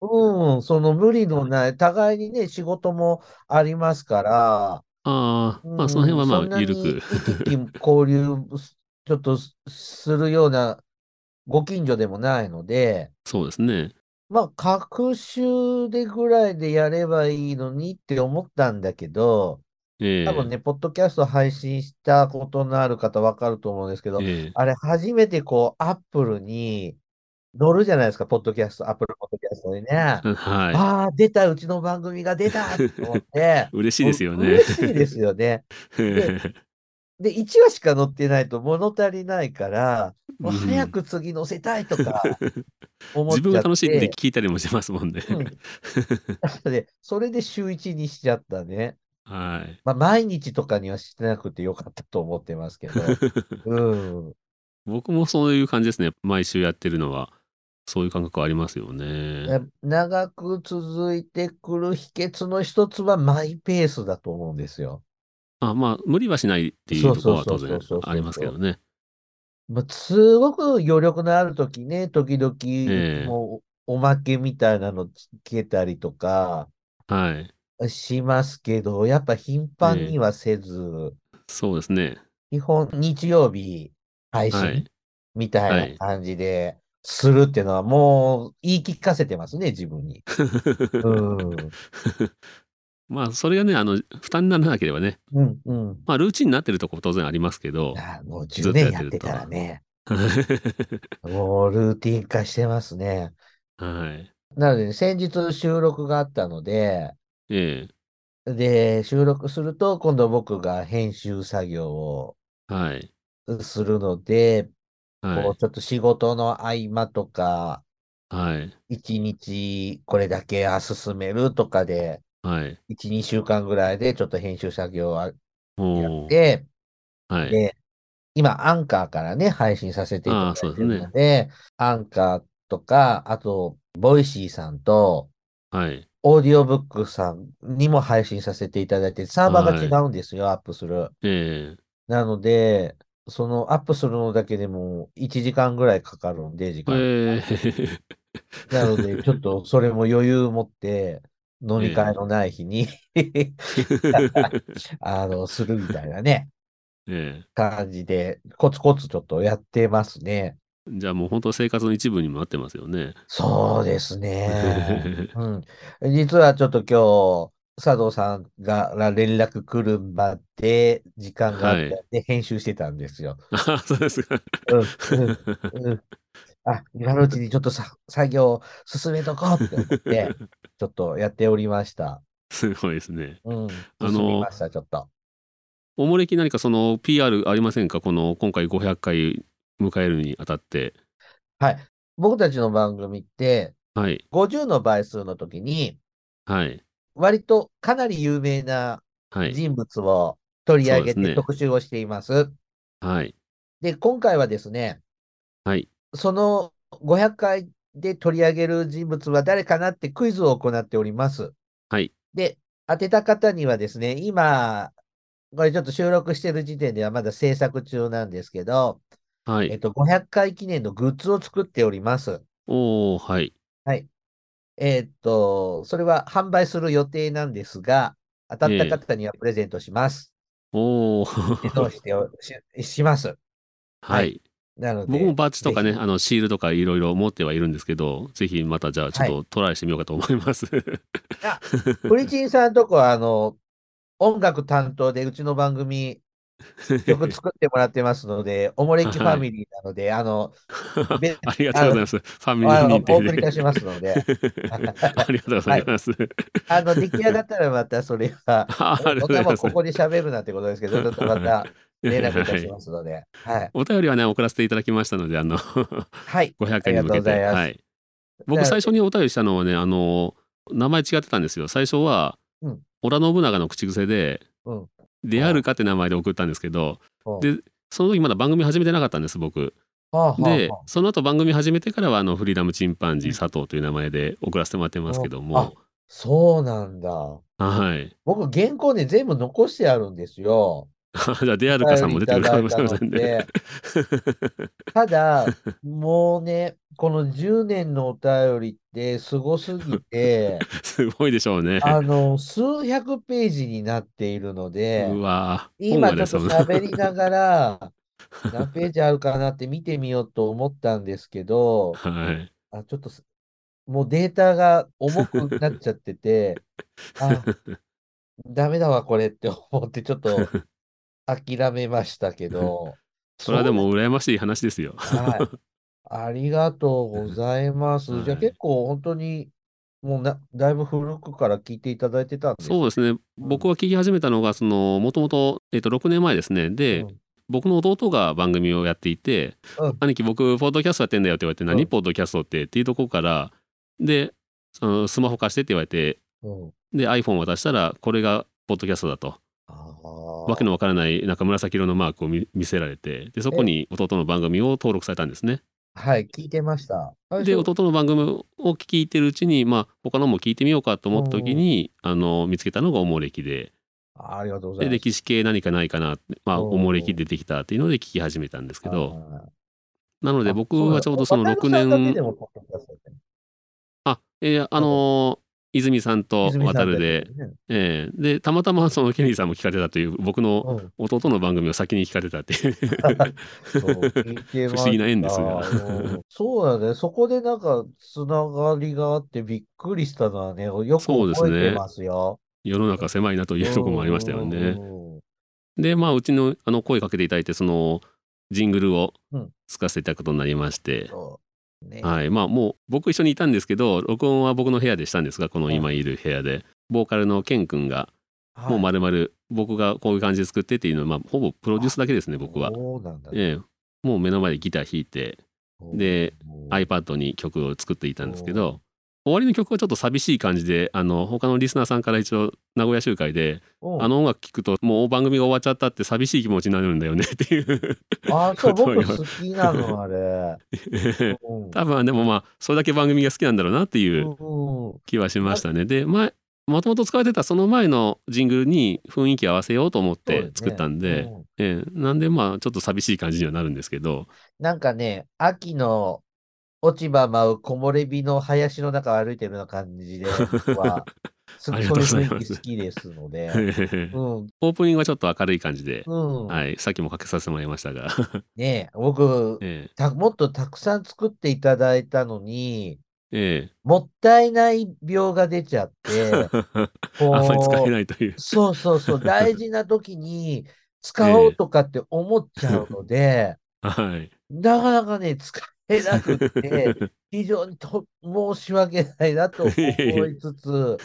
[SPEAKER 3] うん、その無理のない、互いにね、仕事もありますから、
[SPEAKER 2] ああ、ま
[SPEAKER 3] う
[SPEAKER 2] あ
[SPEAKER 3] ん
[SPEAKER 2] その辺は
[SPEAKER 3] そん
[SPEAKER 2] ま
[SPEAKER 3] な
[SPEAKER 2] あ
[SPEAKER 3] に
[SPEAKER 2] 緩く。
[SPEAKER 3] 交流、ちょっとすするようなご近所でもないので、
[SPEAKER 2] そうですね。
[SPEAKER 3] まあ、隔週でぐらいでやればいいのにって思ったんだけど、
[SPEAKER 2] ええ
[SPEAKER 3] 多分ね、ポッドキャスト配信したことのある方わかると思うんですけど、
[SPEAKER 2] ええ
[SPEAKER 3] あれ、初めてこう、アップルに乗るじゃないですか、ポッドキャスト、アップルポッドキャストにね。
[SPEAKER 2] うん は
[SPEAKER 3] ああ、出た、うちの番組が出たと思って。
[SPEAKER 2] い。 嬉しいですよね。
[SPEAKER 3] 嬉しいですよね。
[SPEAKER 2] ええ
[SPEAKER 3] で、1話しか載ってないと物足りないから、もう
[SPEAKER 2] うん
[SPEAKER 3] 早く次載せたいと か思っちゃって。
[SPEAKER 2] 自分が楽しいって聞いたりもしますもんね。
[SPEAKER 3] うんなので、それで週1にしちゃったね。
[SPEAKER 2] はい。
[SPEAKER 3] まあ、毎日とかにはしてなくてよかったと思ってます けど。うん。
[SPEAKER 2] 僕もそういう感じですね。毎週やってるのは、そういう感覚はありますよね。
[SPEAKER 3] や長く続いてくる秘訣の一つはマイペースだと思うんですよ。
[SPEAKER 2] あまあ、無理はしないっていうところは当然ありますけどね。
[SPEAKER 3] まあ、すごく余力のある時ね、時々
[SPEAKER 2] ええ
[SPEAKER 3] もうおまけみたいなのつけたりとか
[SPEAKER 2] はい。
[SPEAKER 3] しますけど、やっぱ頻繁にはせず、
[SPEAKER 2] そうですね。
[SPEAKER 3] 基本日曜日配
[SPEAKER 2] はい
[SPEAKER 3] 信みた
[SPEAKER 2] はいい
[SPEAKER 3] な感じでするっていうのはもう言い聞かせてますね、自 分に。うん。
[SPEAKER 2] まあ、それがね、あの、負担にならなければね、
[SPEAKER 3] うんうん。
[SPEAKER 2] まあ、ルーチンになってるとこ当然ありますけど、
[SPEAKER 3] あもう
[SPEAKER 2] ず
[SPEAKER 3] 10
[SPEAKER 2] っとやっ
[SPEAKER 3] 年
[SPEAKER 2] て
[SPEAKER 3] やっ
[SPEAKER 2] る
[SPEAKER 3] て
[SPEAKER 2] と
[SPEAKER 3] たらね。
[SPEAKER 2] は
[SPEAKER 3] もうルーティン化してますね。
[SPEAKER 2] い。
[SPEAKER 3] なので、先日収録があったので、
[SPEAKER 2] え
[SPEAKER 3] で、収録すると、今度僕が編集作業を
[SPEAKER 2] えはい。
[SPEAKER 3] するので、こ
[SPEAKER 2] は
[SPEAKER 3] うちょっと仕事の合間とか、
[SPEAKER 2] い。はい。
[SPEAKER 3] 一日これだけは進めるとかで、
[SPEAKER 2] はい。
[SPEAKER 3] 一、二週間ぐらいでちょっと編集作業をや
[SPEAKER 2] お
[SPEAKER 3] っ
[SPEAKER 2] ー
[SPEAKER 3] て、
[SPEAKER 2] はい。
[SPEAKER 3] で、今、アンカーからね、配信させていただいてる
[SPEAKER 2] あーそ
[SPEAKER 3] ので、アンカーとか、あと、ボイシーさんと、
[SPEAKER 2] はい。
[SPEAKER 3] オーディオブックさんにも配信させていただいて、サーバーが違うんですよ、アップする。
[SPEAKER 2] ええ
[SPEAKER 3] なので、そのアップするのだけでも1時間ぐらいかかるんで、時間。
[SPEAKER 2] ええ
[SPEAKER 3] な ので、ちょっとそれも余裕を持って、飲み会のない日に、 あの、するみたいなね、
[SPEAKER 2] ええ
[SPEAKER 3] 感じで、コツコツちょっとやってますね。
[SPEAKER 2] じゃあもう本当生活の一部にもなってますよね。
[SPEAKER 3] そうですね。 うん。実はちょっと今日、佐藤さんが連絡来るまで、時間があって、で編集してたんですよ。
[SPEAKER 2] あそうですか。
[SPEAKER 3] うん、うん、うん。あ、今のうちにちょっとさ作業を進めとこうって思って、 ちょっとやっておりました。
[SPEAKER 2] すごいですね。
[SPEAKER 3] うん。
[SPEAKER 2] あの
[SPEAKER 3] 進みました、ちょっと。
[SPEAKER 2] おもれき何かその PR ありませんかこの今回500回迎えるにあたって。
[SPEAKER 3] はい。僕たちの番組って、
[SPEAKER 2] はい。
[SPEAKER 3] 50の倍数の時に、
[SPEAKER 2] はい。
[SPEAKER 3] 割とかなり有名な
[SPEAKER 2] はい。
[SPEAKER 3] 人物を取り上げ
[SPEAKER 2] そうです
[SPEAKER 3] て
[SPEAKER 2] ね
[SPEAKER 3] 特集をしています。
[SPEAKER 2] はい。
[SPEAKER 3] で、今回はですね、
[SPEAKER 2] はい。
[SPEAKER 3] その500回で取り上げる人物は誰かなってクイズを行っております。
[SPEAKER 2] はい。
[SPEAKER 3] で、当てた方にはですね、今、これちょっと収録してる時点ではまだ制作中なんですけど、
[SPEAKER 2] は
[SPEAKER 3] えっ
[SPEAKER 2] い。
[SPEAKER 3] と、500回記念のグッズを作っております。
[SPEAKER 2] おー、はい。
[SPEAKER 3] えっと、それは販売する予定なんですが、当たった方にはプレゼントします。
[SPEAKER 2] お
[SPEAKER 3] えど
[SPEAKER 2] ー。
[SPEAKER 3] うしておしします。
[SPEAKER 2] はい。
[SPEAKER 3] なので、
[SPEAKER 2] 僕もバッジとかね、
[SPEAKER 3] ぜ
[SPEAKER 2] あのシールとかいろいろ持ってはいるんですけど、ぜひまたじゃあちょっとトライしてみようかと思います。
[SPEAKER 3] プリチンさんとこは、あの、音楽担当でうちの番組曲作ってもらってますので、おもれきファミリーなので、あの、べ
[SPEAKER 2] ありがとうございます。ファミリ
[SPEAKER 3] あ
[SPEAKER 2] ー
[SPEAKER 3] のお
[SPEAKER 2] 認定
[SPEAKER 3] 送りい
[SPEAKER 2] で
[SPEAKER 3] た。しますので、
[SPEAKER 2] ありがとうございます。
[SPEAKER 3] あの、出来上がったらまたそれは、
[SPEAKER 2] あありがとうござ
[SPEAKER 3] 僕はいもう
[SPEAKER 2] ます
[SPEAKER 3] こ。こで喋るなんてことですけど、ちょっとまた連絡いたし
[SPEAKER 2] はい
[SPEAKER 3] ますので、はい。
[SPEAKER 2] お便りはね、送らせていただきましたので、あの、
[SPEAKER 3] はい。
[SPEAKER 2] 500回に向けて。
[SPEAKER 3] ありがとうございます
[SPEAKER 2] はい。僕、
[SPEAKER 3] な
[SPEAKER 2] 最初にお便りしたのはね、あの、名前違ってたんですよ。最初は
[SPEAKER 3] うん、
[SPEAKER 2] 織田信長の口癖で、
[SPEAKER 3] うん
[SPEAKER 2] であるかって名前で送ったんですけど、
[SPEAKER 3] ほう
[SPEAKER 2] でその時まだ番組始めてなかったんです、僕。
[SPEAKER 3] ほうほう
[SPEAKER 2] で
[SPEAKER 3] ほう、
[SPEAKER 2] その後番組始めてからは、あの、フリーダムチンパンジー佐藤という名前で送らせてもらってますけども、
[SPEAKER 3] そうなんだ。
[SPEAKER 2] はい。
[SPEAKER 3] 僕、原稿ね、全部残してあるんですよ。
[SPEAKER 2] じゃあ、デアルカさんも出てくるかもしれません
[SPEAKER 3] お便りい
[SPEAKER 2] ね。
[SPEAKER 3] ただ、もうね、この10年のお便りってすごすぎ て、
[SPEAKER 2] すごいでしょうね。
[SPEAKER 3] あの、数百ページになっているので、
[SPEAKER 2] うわぁ
[SPEAKER 3] 今ちょっ
[SPEAKER 2] そ
[SPEAKER 3] と
[SPEAKER 2] う
[SPEAKER 3] 喋りながら、何ページあるかなって見てみようと思ったんですけど、
[SPEAKER 2] はい。
[SPEAKER 3] あ、ちょっとす、もうデータが重くなっちゃってて、あ、ダメだわ、これって思って、ちょっと諦めましたけど、
[SPEAKER 2] それはでも羨ましい話ですよ。
[SPEAKER 3] そう、はい。ありがとうございます。じゃ
[SPEAKER 2] は
[SPEAKER 3] あ
[SPEAKER 2] い
[SPEAKER 3] 結構本当に、もうな、だいぶ古くから聞いていただいてたんです
[SPEAKER 2] そうですね。僕は聞き始めたのが、その、もともと、えっと、6年前ですね。で、
[SPEAKER 3] うん
[SPEAKER 2] 僕の弟が番組をやっていて、
[SPEAKER 3] うん
[SPEAKER 2] 兄貴、僕、ポッドキャストやってんだよって言われて、
[SPEAKER 3] う
[SPEAKER 2] 何
[SPEAKER 3] ん
[SPEAKER 2] ポッドキャストってっていうとこから、で、そのスマホ貸してって言われて、
[SPEAKER 3] うん。
[SPEAKER 2] で、iPhone 渡したら、これが、ポッドキャストだと。
[SPEAKER 3] あ
[SPEAKER 2] わけのわからない、なんか紫色のマークを見見せられて、で、そこに弟の番組を登録されたんですね。
[SPEAKER 3] あ、はい、聞いてました。あれ
[SPEAKER 2] で
[SPEAKER 3] そう
[SPEAKER 2] 弟の番組を聞いてるうちに、まあ、他のも聞いてみようかと思った時に、あの見つけたのがおもれきで
[SPEAKER 3] あありがとうござ
[SPEAKER 2] で
[SPEAKER 3] います。
[SPEAKER 2] 歴史系何かないかな、まあ、
[SPEAKER 3] うん
[SPEAKER 2] おもれき出てきたっていうので聞き始めたんですけど
[SPEAKER 3] はいはいはい
[SPEAKER 2] なので
[SPEAKER 3] あ
[SPEAKER 2] 僕はちょうどその6
[SPEAKER 3] そうだ渡るさんだけで
[SPEAKER 2] 年
[SPEAKER 3] もポッドキャストやってる
[SPEAKER 2] あえーあのー泉さんと
[SPEAKER 3] 泉さん
[SPEAKER 2] 渡
[SPEAKER 3] とや
[SPEAKER 2] る
[SPEAKER 3] って
[SPEAKER 2] で
[SPEAKER 3] る、ね
[SPEAKER 2] えーでたまたまそのケリーさんも聞かれてたという僕の
[SPEAKER 3] うん
[SPEAKER 2] 弟の番組を先に聞かれてたっていう
[SPEAKER 3] そう聞いてま
[SPEAKER 2] 不思議な縁ですが
[SPEAKER 3] したうんそうだね。そこでなんか、つながりがあってびっくりしたのはね、よく
[SPEAKER 2] そうですね
[SPEAKER 3] 覚えてますよ。
[SPEAKER 2] 世の中狭いなというところもありましたよね。
[SPEAKER 3] うん
[SPEAKER 2] でまあうちのあの声かけていただいてそのジングルを
[SPEAKER 3] うん
[SPEAKER 2] 使わせていただくことになりまして、
[SPEAKER 3] そうね
[SPEAKER 2] はいまあもう僕一緒にいたんですけど録音は僕の部屋でしたんですがこの今いる部屋で、ボーカルのケン君が、
[SPEAKER 3] はい
[SPEAKER 2] もう丸々僕がこういう感じで作ってっていうのは、まあ、ほぼプロデュースだけですね僕は。
[SPEAKER 3] そうなんだ、
[SPEAKER 2] ええ、もう目の前でギター弾いてで
[SPEAKER 3] おー
[SPEAKER 2] iPad に曲を作っていたんですけど終わりの曲はちょっと寂しい感じであの他のリスナーさんから一応名古屋集会で「
[SPEAKER 3] おー
[SPEAKER 2] あの音楽聴くともう番組が終わっちゃったって寂しい気持ちになるんだよね」って いう
[SPEAKER 3] あ、そう、
[SPEAKER 2] ことを
[SPEAKER 3] 僕
[SPEAKER 2] 言わ
[SPEAKER 3] 好きなの、あれ。うん
[SPEAKER 2] 多分でもまあそれだけ番組が好きなんだろうなっていう
[SPEAKER 3] うん
[SPEAKER 2] 気はしましたね。で前もともと使われてたその前のジングルに雰囲気合わせようと思って作ったんで、
[SPEAKER 3] うん
[SPEAKER 2] ええ、なんでまあちょっと寂しい感じにはなるんですけ ど
[SPEAKER 3] なんかね、秋の落ち葉舞う木漏れ日の林の中を歩いてるような感じで、僕は、す
[SPEAKER 2] あ
[SPEAKER 3] ご
[SPEAKER 2] り
[SPEAKER 3] い
[SPEAKER 2] がとうございます
[SPEAKER 3] 雰囲気好きですので、 うん、
[SPEAKER 2] オープニングはちょっと明るい感じで、
[SPEAKER 3] うん、
[SPEAKER 2] はい、さっきもかけさせてもらいましたが、
[SPEAKER 3] ねえ僕
[SPEAKER 2] え
[SPEAKER 3] た、もっとたくさん作っていただいたのに、
[SPEAKER 2] ええ
[SPEAKER 3] もったいない病が出ちゃって、
[SPEAKER 2] え
[SPEAKER 3] こ
[SPEAKER 2] あんまり使え
[SPEAKER 3] う、
[SPEAKER 2] ないという。
[SPEAKER 3] そうそ うそう、大事な時に使おうとかって思っちゃうので、
[SPEAKER 2] はい。
[SPEAKER 3] なかなかね、使えなくって、 非常にと申し訳ないなと思い つつ、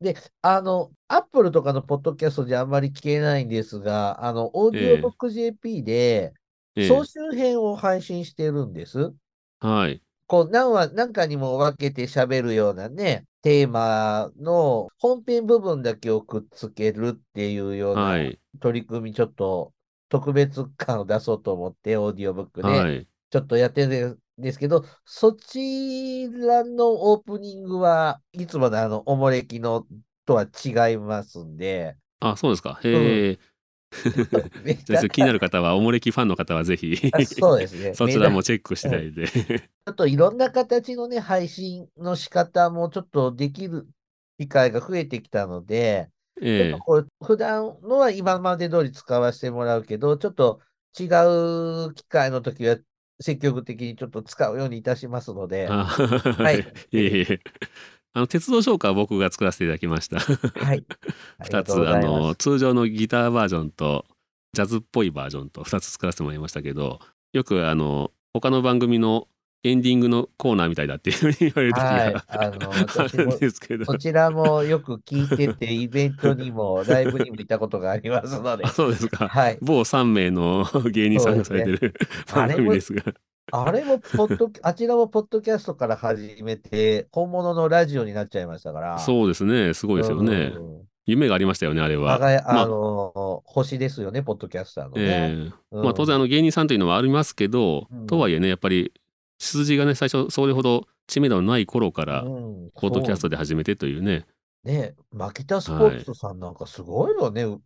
[SPEAKER 3] で、あの、アップルとかのポッドキャストじゃあんまり聞けないんですが、あの、オーディオブック JP で、
[SPEAKER 2] ええ
[SPEAKER 3] 総集編を配信してるんです。
[SPEAKER 2] はい。
[SPEAKER 3] こう、何話、何かにも分けて喋るようなね、テーマの本編部分だけをくっつけるっていうよう
[SPEAKER 2] は。
[SPEAKER 3] ない取り組み、ちょっと特別感を出そうと思って、オーディオブックで。
[SPEAKER 2] はい。
[SPEAKER 3] ちょっとやってるんですけど、そちらのオープニングはいつものあの、おもれきのとは違います んで、
[SPEAKER 2] あ、そうですか。へえ。
[SPEAKER 3] めっ
[SPEAKER 2] じ
[SPEAKER 3] ち
[SPEAKER 2] ゃ
[SPEAKER 3] ゃ
[SPEAKER 2] あ気になる方は、おもれきファンの方はぜひ、
[SPEAKER 3] あ そうです ね。
[SPEAKER 2] そちら
[SPEAKER 3] みんな
[SPEAKER 2] もチェックしていただいて。
[SPEAKER 3] ちょっといろんな形のね、配信の仕方もちょっとできる機会が増えてきたので、ちょ
[SPEAKER 2] え
[SPEAKER 3] っとこう普段のは今まで通り使わせてもらうけど、ちょっと違う機会の時は積極的にちょっと使うようにいたしますの
[SPEAKER 2] え
[SPEAKER 3] で、
[SPEAKER 2] あは。
[SPEAKER 3] はいい
[SPEAKER 2] いえいえ。あの、鉄道紹介は僕が作らせていただきました。
[SPEAKER 3] はい。あり
[SPEAKER 2] 2
[SPEAKER 3] がと
[SPEAKER 2] つ
[SPEAKER 3] うご
[SPEAKER 2] あ
[SPEAKER 3] ざいます
[SPEAKER 2] の通常のギターバージョンとジャズっぽいバージョンと2つ作らせてもらいましたけどよくあの他の番組のエンディングのコーナーみたいだっていうふうに言われる時
[SPEAKER 3] はい
[SPEAKER 2] が、
[SPEAKER 3] あの、
[SPEAKER 2] あ
[SPEAKER 3] 私
[SPEAKER 2] るん
[SPEAKER 3] も、
[SPEAKER 2] ですけど
[SPEAKER 3] そちらもよく聞いてて、イベントにも、ライブにも行ったことがありますので
[SPEAKER 2] あ、そうですか
[SPEAKER 3] はい。
[SPEAKER 2] 某3名の 芸人さんがされてる
[SPEAKER 3] あ
[SPEAKER 2] 番
[SPEAKER 3] れ
[SPEAKER 2] 組
[SPEAKER 3] も
[SPEAKER 2] ですが
[SPEAKER 3] あれも、ポッド、 あちらもポッドキャストから始めて、本物のラジオになっちゃいましたから。う
[SPEAKER 2] そうですねすごいですよね
[SPEAKER 3] ん
[SPEAKER 2] 夢がありましたよねあれは。
[SPEAKER 3] 互い、
[SPEAKER 2] ま
[SPEAKER 3] あの、星ですよね、ポッドキャスターのね。
[SPEAKER 2] ええ
[SPEAKER 3] うん
[SPEAKER 2] まあ当然あの芸人さんというのはありますけど、
[SPEAKER 3] うん
[SPEAKER 2] とはいえねやっぱり筋がね最初それほど知名度のない頃から
[SPEAKER 3] うん
[SPEAKER 2] ポッドキャスト
[SPEAKER 3] そう
[SPEAKER 2] で始めてというね
[SPEAKER 3] ね、マキタスポーツさんなんかすごいよね、も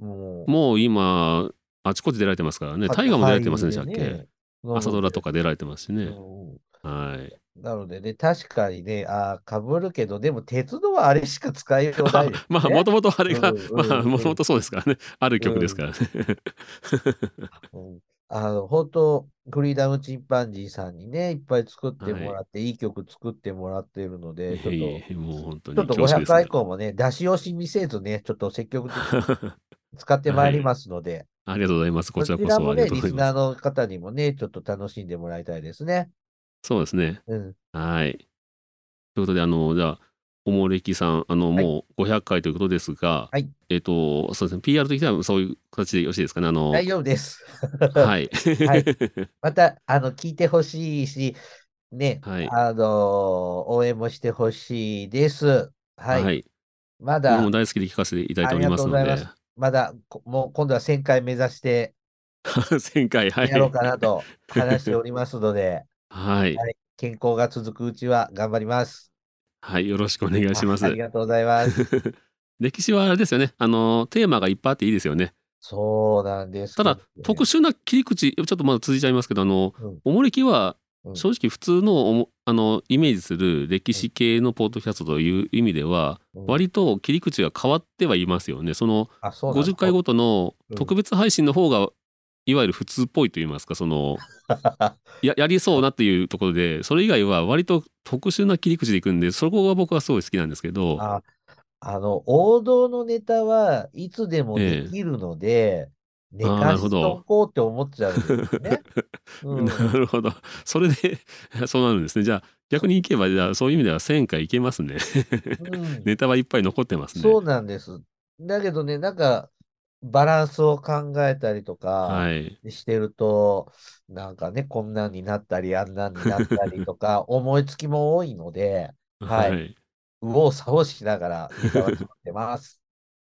[SPEAKER 3] う。
[SPEAKER 2] もう今、あちこち出られてますからね。大河も出られてませんでしたっ
[SPEAKER 3] 俳優
[SPEAKER 2] け
[SPEAKER 3] ねなので
[SPEAKER 2] 朝ドラとか出られてますし
[SPEAKER 3] う
[SPEAKER 2] ね。
[SPEAKER 3] ん
[SPEAKER 2] はい。
[SPEAKER 3] なのでね、確かにね、あかぶるけど、でも鉄道はあれしか使いようがないで す
[SPEAKER 2] まあ、
[SPEAKER 3] ね
[SPEAKER 2] もともとあれが、
[SPEAKER 3] うんうん
[SPEAKER 2] まあ、
[SPEAKER 3] うん
[SPEAKER 2] もともとそうですからね。ある曲ですからね。
[SPEAKER 3] うんあの、本当、フリーダムチンパンジーさんにね、いっぱい作ってもらって、いい曲作ってもらってるので、ちょっ
[SPEAKER 2] い
[SPEAKER 3] と
[SPEAKER 2] えい。えもう本当
[SPEAKER 3] ちょっ
[SPEAKER 2] に
[SPEAKER 3] と
[SPEAKER 2] 恐縮です
[SPEAKER 3] 500以
[SPEAKER 2] ね。
[SPEAKER 3] 降もね、出し惜しみせずね、ちょっと積極的に使ってまいりますので、
[SPEAKER 2] ありがとうございます。 こちらこそ
[SPEAKER 3] も
[SPEAKER 2] あり
[SPEAKER 3] ね、
[SPEAKER 2] がとう
[SPEAKER 3] リ
[SPEAKER 2] ござい
[SPEAKER 3] ス
[SPEAKER 2] ま
[SPEAKER 3] ナ
[SPEAKER 2] す。
[SPEAKER 3] ーの方にもね、ちょっと楽しんでもらいたいですね。
[SPEAKER 2] そうですね。
[SPEAKER 3] うん。
[SPEAKER 2] はい。ということで、あの、じゃあ、おもれきさん、あの、
[SPEAKER 3] はい
[SPEAKER 2] もう500回ということですが、
[SPEAKER 3] はい
[SPEAKER 2] えっ、と、そうですね、PR としてはそういう形でよろしいですかね。あの、
[SPEAKER 3] 大丈夫です。
[SPEAKER 2] はい。
[SPEAKER 3] はいまた、あの、聞いてほしいし、ね、
[SPEAKER 2] はい
[SPEAKER 3] あの、応援もしてほしいです。はい。
[SPEAKER 2] はい。
[SPEAKER 3] ま
[SPEAKER 2] 僕
[SPEAKER 3] だ
[SPEAKER 2] も、大好きで聞かせていただいておりますの
[SPEAKER 3] あり
[SPEAKER 2] で
[SPEAKER 3] がとうござい。まだ、こもう今度は1000回目指して
[SPEAKER 2] 前回はい
[SPEAKER 3] やろうか なと話しておりますので、
[SPEAKER 2] はい
[SPEAKER 3] は、い健康が続くうちは頑張ります。
[SPEAKER 2] はい、よろしくお願いします
[SPEAKER 3] あありがとうござ います。
[SPEAKER 2] 歴史はあれですよねあのテーマがいっぱいあっていいですよね
[SPEAKER 3] そうなんです。
[SPEAKER 2] ただ、特殊な切り口ちょっとまだ続いちゃいますけどあの
[SPEAKER 3] うん
[SPEAKER 2] おもれきは
[SPEAKER 3] うん
[SPEAKER 2] 正直普通のおもあのイメージする歴史系のポッドキャストという意味では
[SPEAKER 3] うん
[SPEAKER 2] 割と切り口が変わってはいますよねその
[SPEAKER 3] あそうなんだ
[SPEAKER 2] 50回 ごとの
[SPEAKER 3] うん
[SPEAKER 2] 特別配信の方がいわゆる普通っぽいと言いますかそのややりそうなっていうところでそれ以外は割と特殊な切り口でいくんでそこが僕はすごい好きなんですけど
[SPEAKER 3] ああの、王道のネタはいつでもできるので、寝
[SPEAKER 2] あーな
[SPEAKER 3] か
[SPEAKER 2] るほ
[SPEAKER 3] し
[SPEAKER 2] ど
[SPEAKER 3] とこうって思っちゃうんですよ ね。うん
[SPEAKER 2] なるほど。それで、 そうなるんですね。じゃあ、逆に行けば、じゃあ、そういう意味では1000回いけますね。
[SPEAKER 3] うん
[SPEAKER 2] ネタはいっぱい残ってますね。
[SPEAKER 3] そうなんです。だけどね、なんか、バランスを考えたりとか
[SPEAKER 2] はい。
[SPEAKER 3] してると、なんかね、こんなんになったり、あんなんになったりと か、思いつきも多いので、はい
[SPEAKER 2] はい。
[SPEAKER 3] 右往左往しながらネタは作ってます。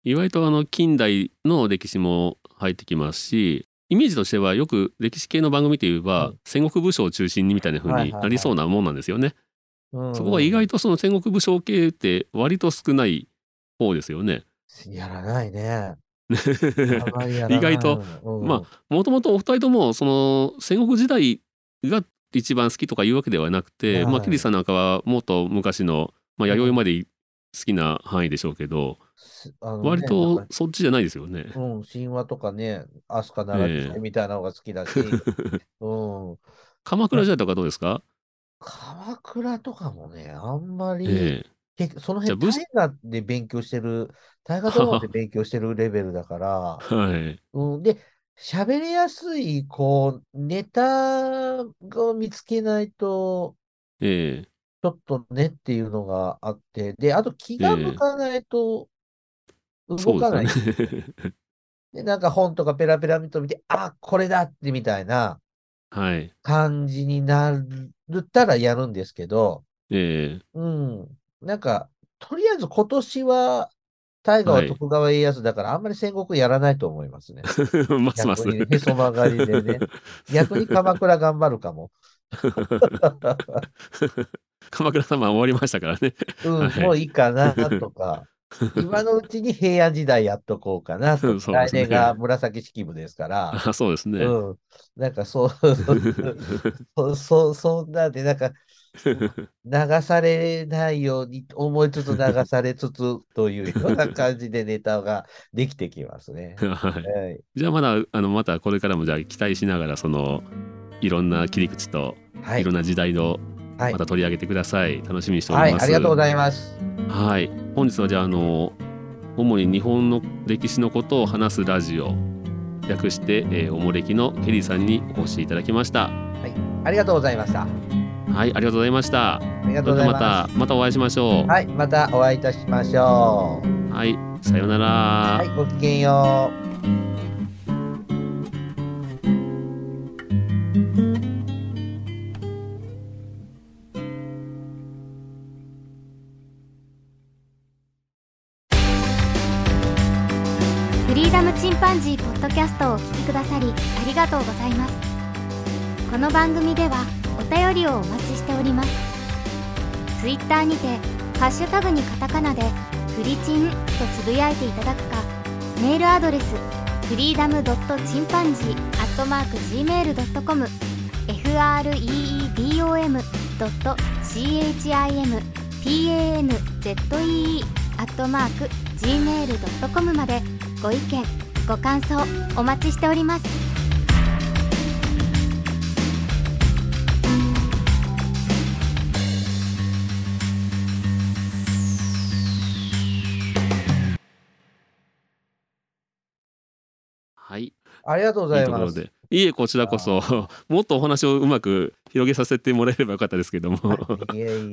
[SPEAKER 2] 意外とあの近代の歴史も入ってきますしイメージとしてはよく歴史系の番組といえば、
[SPEAKER 3] うん
[SPEAKER 2] 戦国武将を中心にみたいな風
[SPEAKER 3] はい
[SPEAKER 2] に
[SPEAKER 3] はいはい
[SPEAKER 2] なりそうなもんなんですよね。
[SPEAKER 3] うん
[SPEAKER 2] そこが意外とその戦国武将系って割と少ない方ですよ ね。
[SPEAKER 3] やらない ね。あまりやら
[SPEAKER 2] 意外と
[SPEAKER 3] ない、うん
[SPEAKER 2] まもともとお二人ともその戦国時代が一番好きとかいうわけではなくて、
[SPEAKER 3] はい
[SPEAKER 2] まあキリさんなんかはもっと昔の、まあ、弥生まで好きな範囲でしょうけど、
[SPEAKER 3] すあのね
[SPEAKER 2] 割
[SPEAKER 3] な
[SPEAKER 2] と
[SPEAKER 3] んか
[SPEAKER 2] そっちじゃないですよね。
[SPEAKER 3] うん、神話とかね、飛鳥なら
[SPEAKER 2] ええ
[SPEAKER 3] みたいなのが好 きだし、うん、
[SPEAKER 2] 鎌倉時代とかどうですか、
[SPEAKER 3] 鎌倉とかもね、あんまり、
[SPEAKER 2] ええ
[SPEAKER 3] 結局その
[SPEAKER 2] じゃあ
[SPEAKER 3] 辺、
[SPEAKER 2] 武士
[SPEAKER 3] 大河で勉強してる、大河ドラマで勉強してるレベルだから、
[SPEAKER 2] はい
[SPEAKER 3] うん、で、喋りやすい、こう、ネタを見つけないと、
[SPEAKER 2] ええ
[SPEAKER 3] ちょっとねっていうのがあって、で、あと気が向かないと動かない。
[SPEAKER 2] そうですよね。
[SPEAKER 3] で、なんか本とかペラペラ見てみて、あ、これだってみたいな
[SPEAKER 2] はい。
[SPEAKER 3] 感じになるったらやるんですけど、
[SPEAKER 2] ええ
[SPEAKER 3] うん。なんか、とりあえず今年は、大河は
[SPEAKER 2] はい
[SPEAKER 3] 徳川家康だから、あんまり戦国やらないと思 いますね。
[SPEAKER 2] ますます。
[SPEAKER 3] 逆にねへそ曲がりでね。逆に鎌倉頑張るかも。
[SPEAKER 2] 鎌倉様は終わりましたからね。
[SPEAKER 3] うん、
[SPEAKER 2] はい
[SPEAKER 3] もういいかなとか。今のうちに平安時代やっとこうか な
[SPEAKER 2] そう
[SPEAKER 3] と
[SPEAKER 2] で
[SPEAKER 3] か。
[SPEAKER 2] すね
[SPEAKER 3] 来年が紫式部ですから。
[SPEAKER 2] あ そうですね。。
[SPEAKER 3] うん。なんかそう、そう、そう、そんなんで、なんか、流されないように思いつつ流されつつというような感じでネタができてきますね
[SPEAKER 2] はい、
[SPEAKER 3] はい。
[SPEAKER 2] じゃあまだあのまたこれからもじゃあ期待しながらそのいろんな切り口と
[SPEAKER 3] はいい
[SPEAKER 2] ろ。んな時代の
[SPEAKER 3] はい
[SPEAKER 2] ま。た取り上げてください。楽しみにしてお
[SPEAKER 3] は
[SPEAKER 2] り
[SPEAKER 3] い。
[SPEAKER 2] ます。
[SPEAKER 3] ありがとうございます。
[SPEAKER 2] はい。本日はじゃああの主に日本の歴史のことを話すラジオ略して、えーおもれきのケリーさんにお越しいただきました。
[SPEAKER 3] ありがとうございました。
[SPEAKER 2] はい、ありがとうございました。
[SPEAKER 3] ありが
[SPEAKER 2] そ
[SPEAKER 3] とう
[SPEAKER 2] れ
[SPEAKER 3] ご
[SPEAKER 2] で
[SPEAKER 3] ざ
[SPEAKER 2] はいま
[SPEAKER 3] ま
[SPEAKER 2] たまたお会いしましょう
[SPEAKER 3] す。。はい。またお会いいたしましょう。
[SPEAKER 2] はい、さようなら。
[SPEAKER 3] はい。ごきげんよう。
[SPEAKER 1] フリーダムチンパンジーポッドキャストをお聞きくださりありがとうございますこの番組ではお便りをお待ちしておりますツイッターにてハッシュタグにカタカナでフリチンとつぶやいていただくかメールアドレスフリーダムドットチンパンジーアットマーク gmail.com freedom ドット chimpanzee アットマーク gmail.com までご意見ご感想お待ちしております
[SPEAKER 2] はい、
[SPEAKER 3] ありがとうござ
[SPEAKER 2] いい
[SPEAKER 3] い
[SPEAKER 2] とこ
[SPEAKER 3] ま
[SPEAKER 2] ろ
[SPEAKER 3] す。
[SPEAKER 2] で。いえ、こちらこそ、もっとお話をうまく広げさせてもらえればよかったですけども、
[SPEAKER 3] いえいえ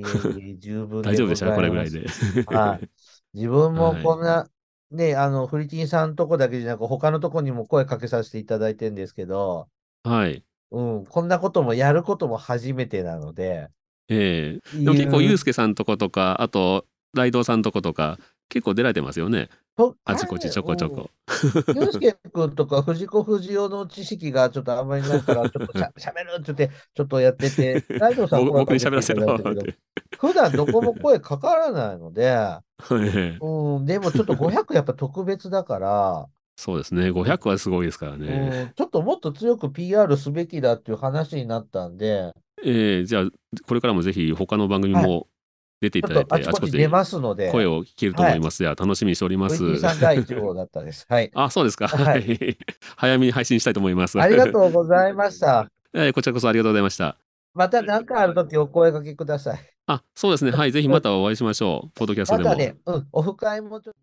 [SPEAKER 3] いえ、十分
[SPEAKER 2] 大丈夫でした
[SPEAKER 3] ご
[SPEAKER 2] こ
[SPEAKER 3] ざ
[SPEAKER 2] れ
[SPEAKER 3] い
[SPEAKER 2] ぐ
[SPEAKER 3] ま
[SPEAKER 2] ら
[SPEAKER 3] す
[SPEAKER 2] いで。
[SPEAKER 3] はい。自分も
[SPEAKER 2] はい
[SPEAKER 3] こんな、ね、あの、フリティンさんとこだけじゃなく、他のとこにも声かけさせていただいてんですけど、
[SPEAKER 2] はい。
[SPEAKER 3] うん、こんなこともやることも初めてなので、
[SPEAKER 2] ええでも結構、
[SPEAKER 3] い
[SPEAKER 2] ゆ
[SPEAKER 3] う
[SPEAKER 2] うすけさんとことか、あと、ライドウさんとことか、結構出られてますよね。
[SPEAKER 3] と
[SPEAKER 2] あちこちちょこちょ。こ。
[SPEAKER 3] うんゆうすけくんとか藤子不二雄の知識がちょっとあんまりないから、ちょっとしゃ喋るって言って、ちょっとやってて、ライドさん
[SPEAKER 2] 僕
[SPEAKER 3] 声
[SPEAKER 2] 僕に
[SPEAKER 3] か
[SPEAKER 2] 喋ら
[SPEAKER 3] け
[SPEAKER 2] せ
[SPEAKER 3] てい
[SPEAKER 2] ろ
[SPEAKER 3] ただいた
[SPEAKER 2] っ
[SPEAKER 3] けど
[SPEAKER 2] て。
[SPEAKER 3] 普段どこも声かからないので、
[SPEAKER 2] ええ
[SPEAKER 3] うん、でもちょっと500やっぱ特別だから、
[SPEAKER 2] そうですね。500はすごいですからね。
[SPEAKER 3] うん、ちょっともっと強く PR すべきだっていう話になったんで、
[SPEAKER 2] ええじゃあ、これからもぜひ他の番組も出てい
[SPEAKER 3] ち
[SPEAKER 2] た
[SPEAKER 3] ょっ
[SPEAKER 2] だい
[SPEAKER 3] と
[SPEAKER 2] て、
[SPEAKER 3] あち
[SPEAKER 2] あち
[SPEAKER 3] こ
[SPEAKER 2] こ
[SPEAKER 3] ち
[SPEAKER 2] ち
[SPEAKER 3] 出
[SPEAKER 2] で
[SPEAKER 3] ますので、
[SPEAKER 2] 声を聞けると思います。じゃあ、楽しみにしております。
[SPEAKER 3] ブリッジさん第1号だったです。はい。
[SPEAKER 2] あ、そうですか。
[SPEAKER 3] は
[SPEAKER 2] はいい。 早めに配信したいと思います。
[SPEAKER 3] ありがとうございました。
[SPEAKER 2] えーこちらこそありがとうございました。
[SPEAKER 3] また何かあるときお声掛けください。
[SPEAKER 2] あ、そうですね。はい。ぜひまたお会いしましょう。ポッドキャスト
[SPEAKER 3] ま
[SPEAKER 2] でも。
[SPEAKER 3] たね、うん、オフ会もちょっと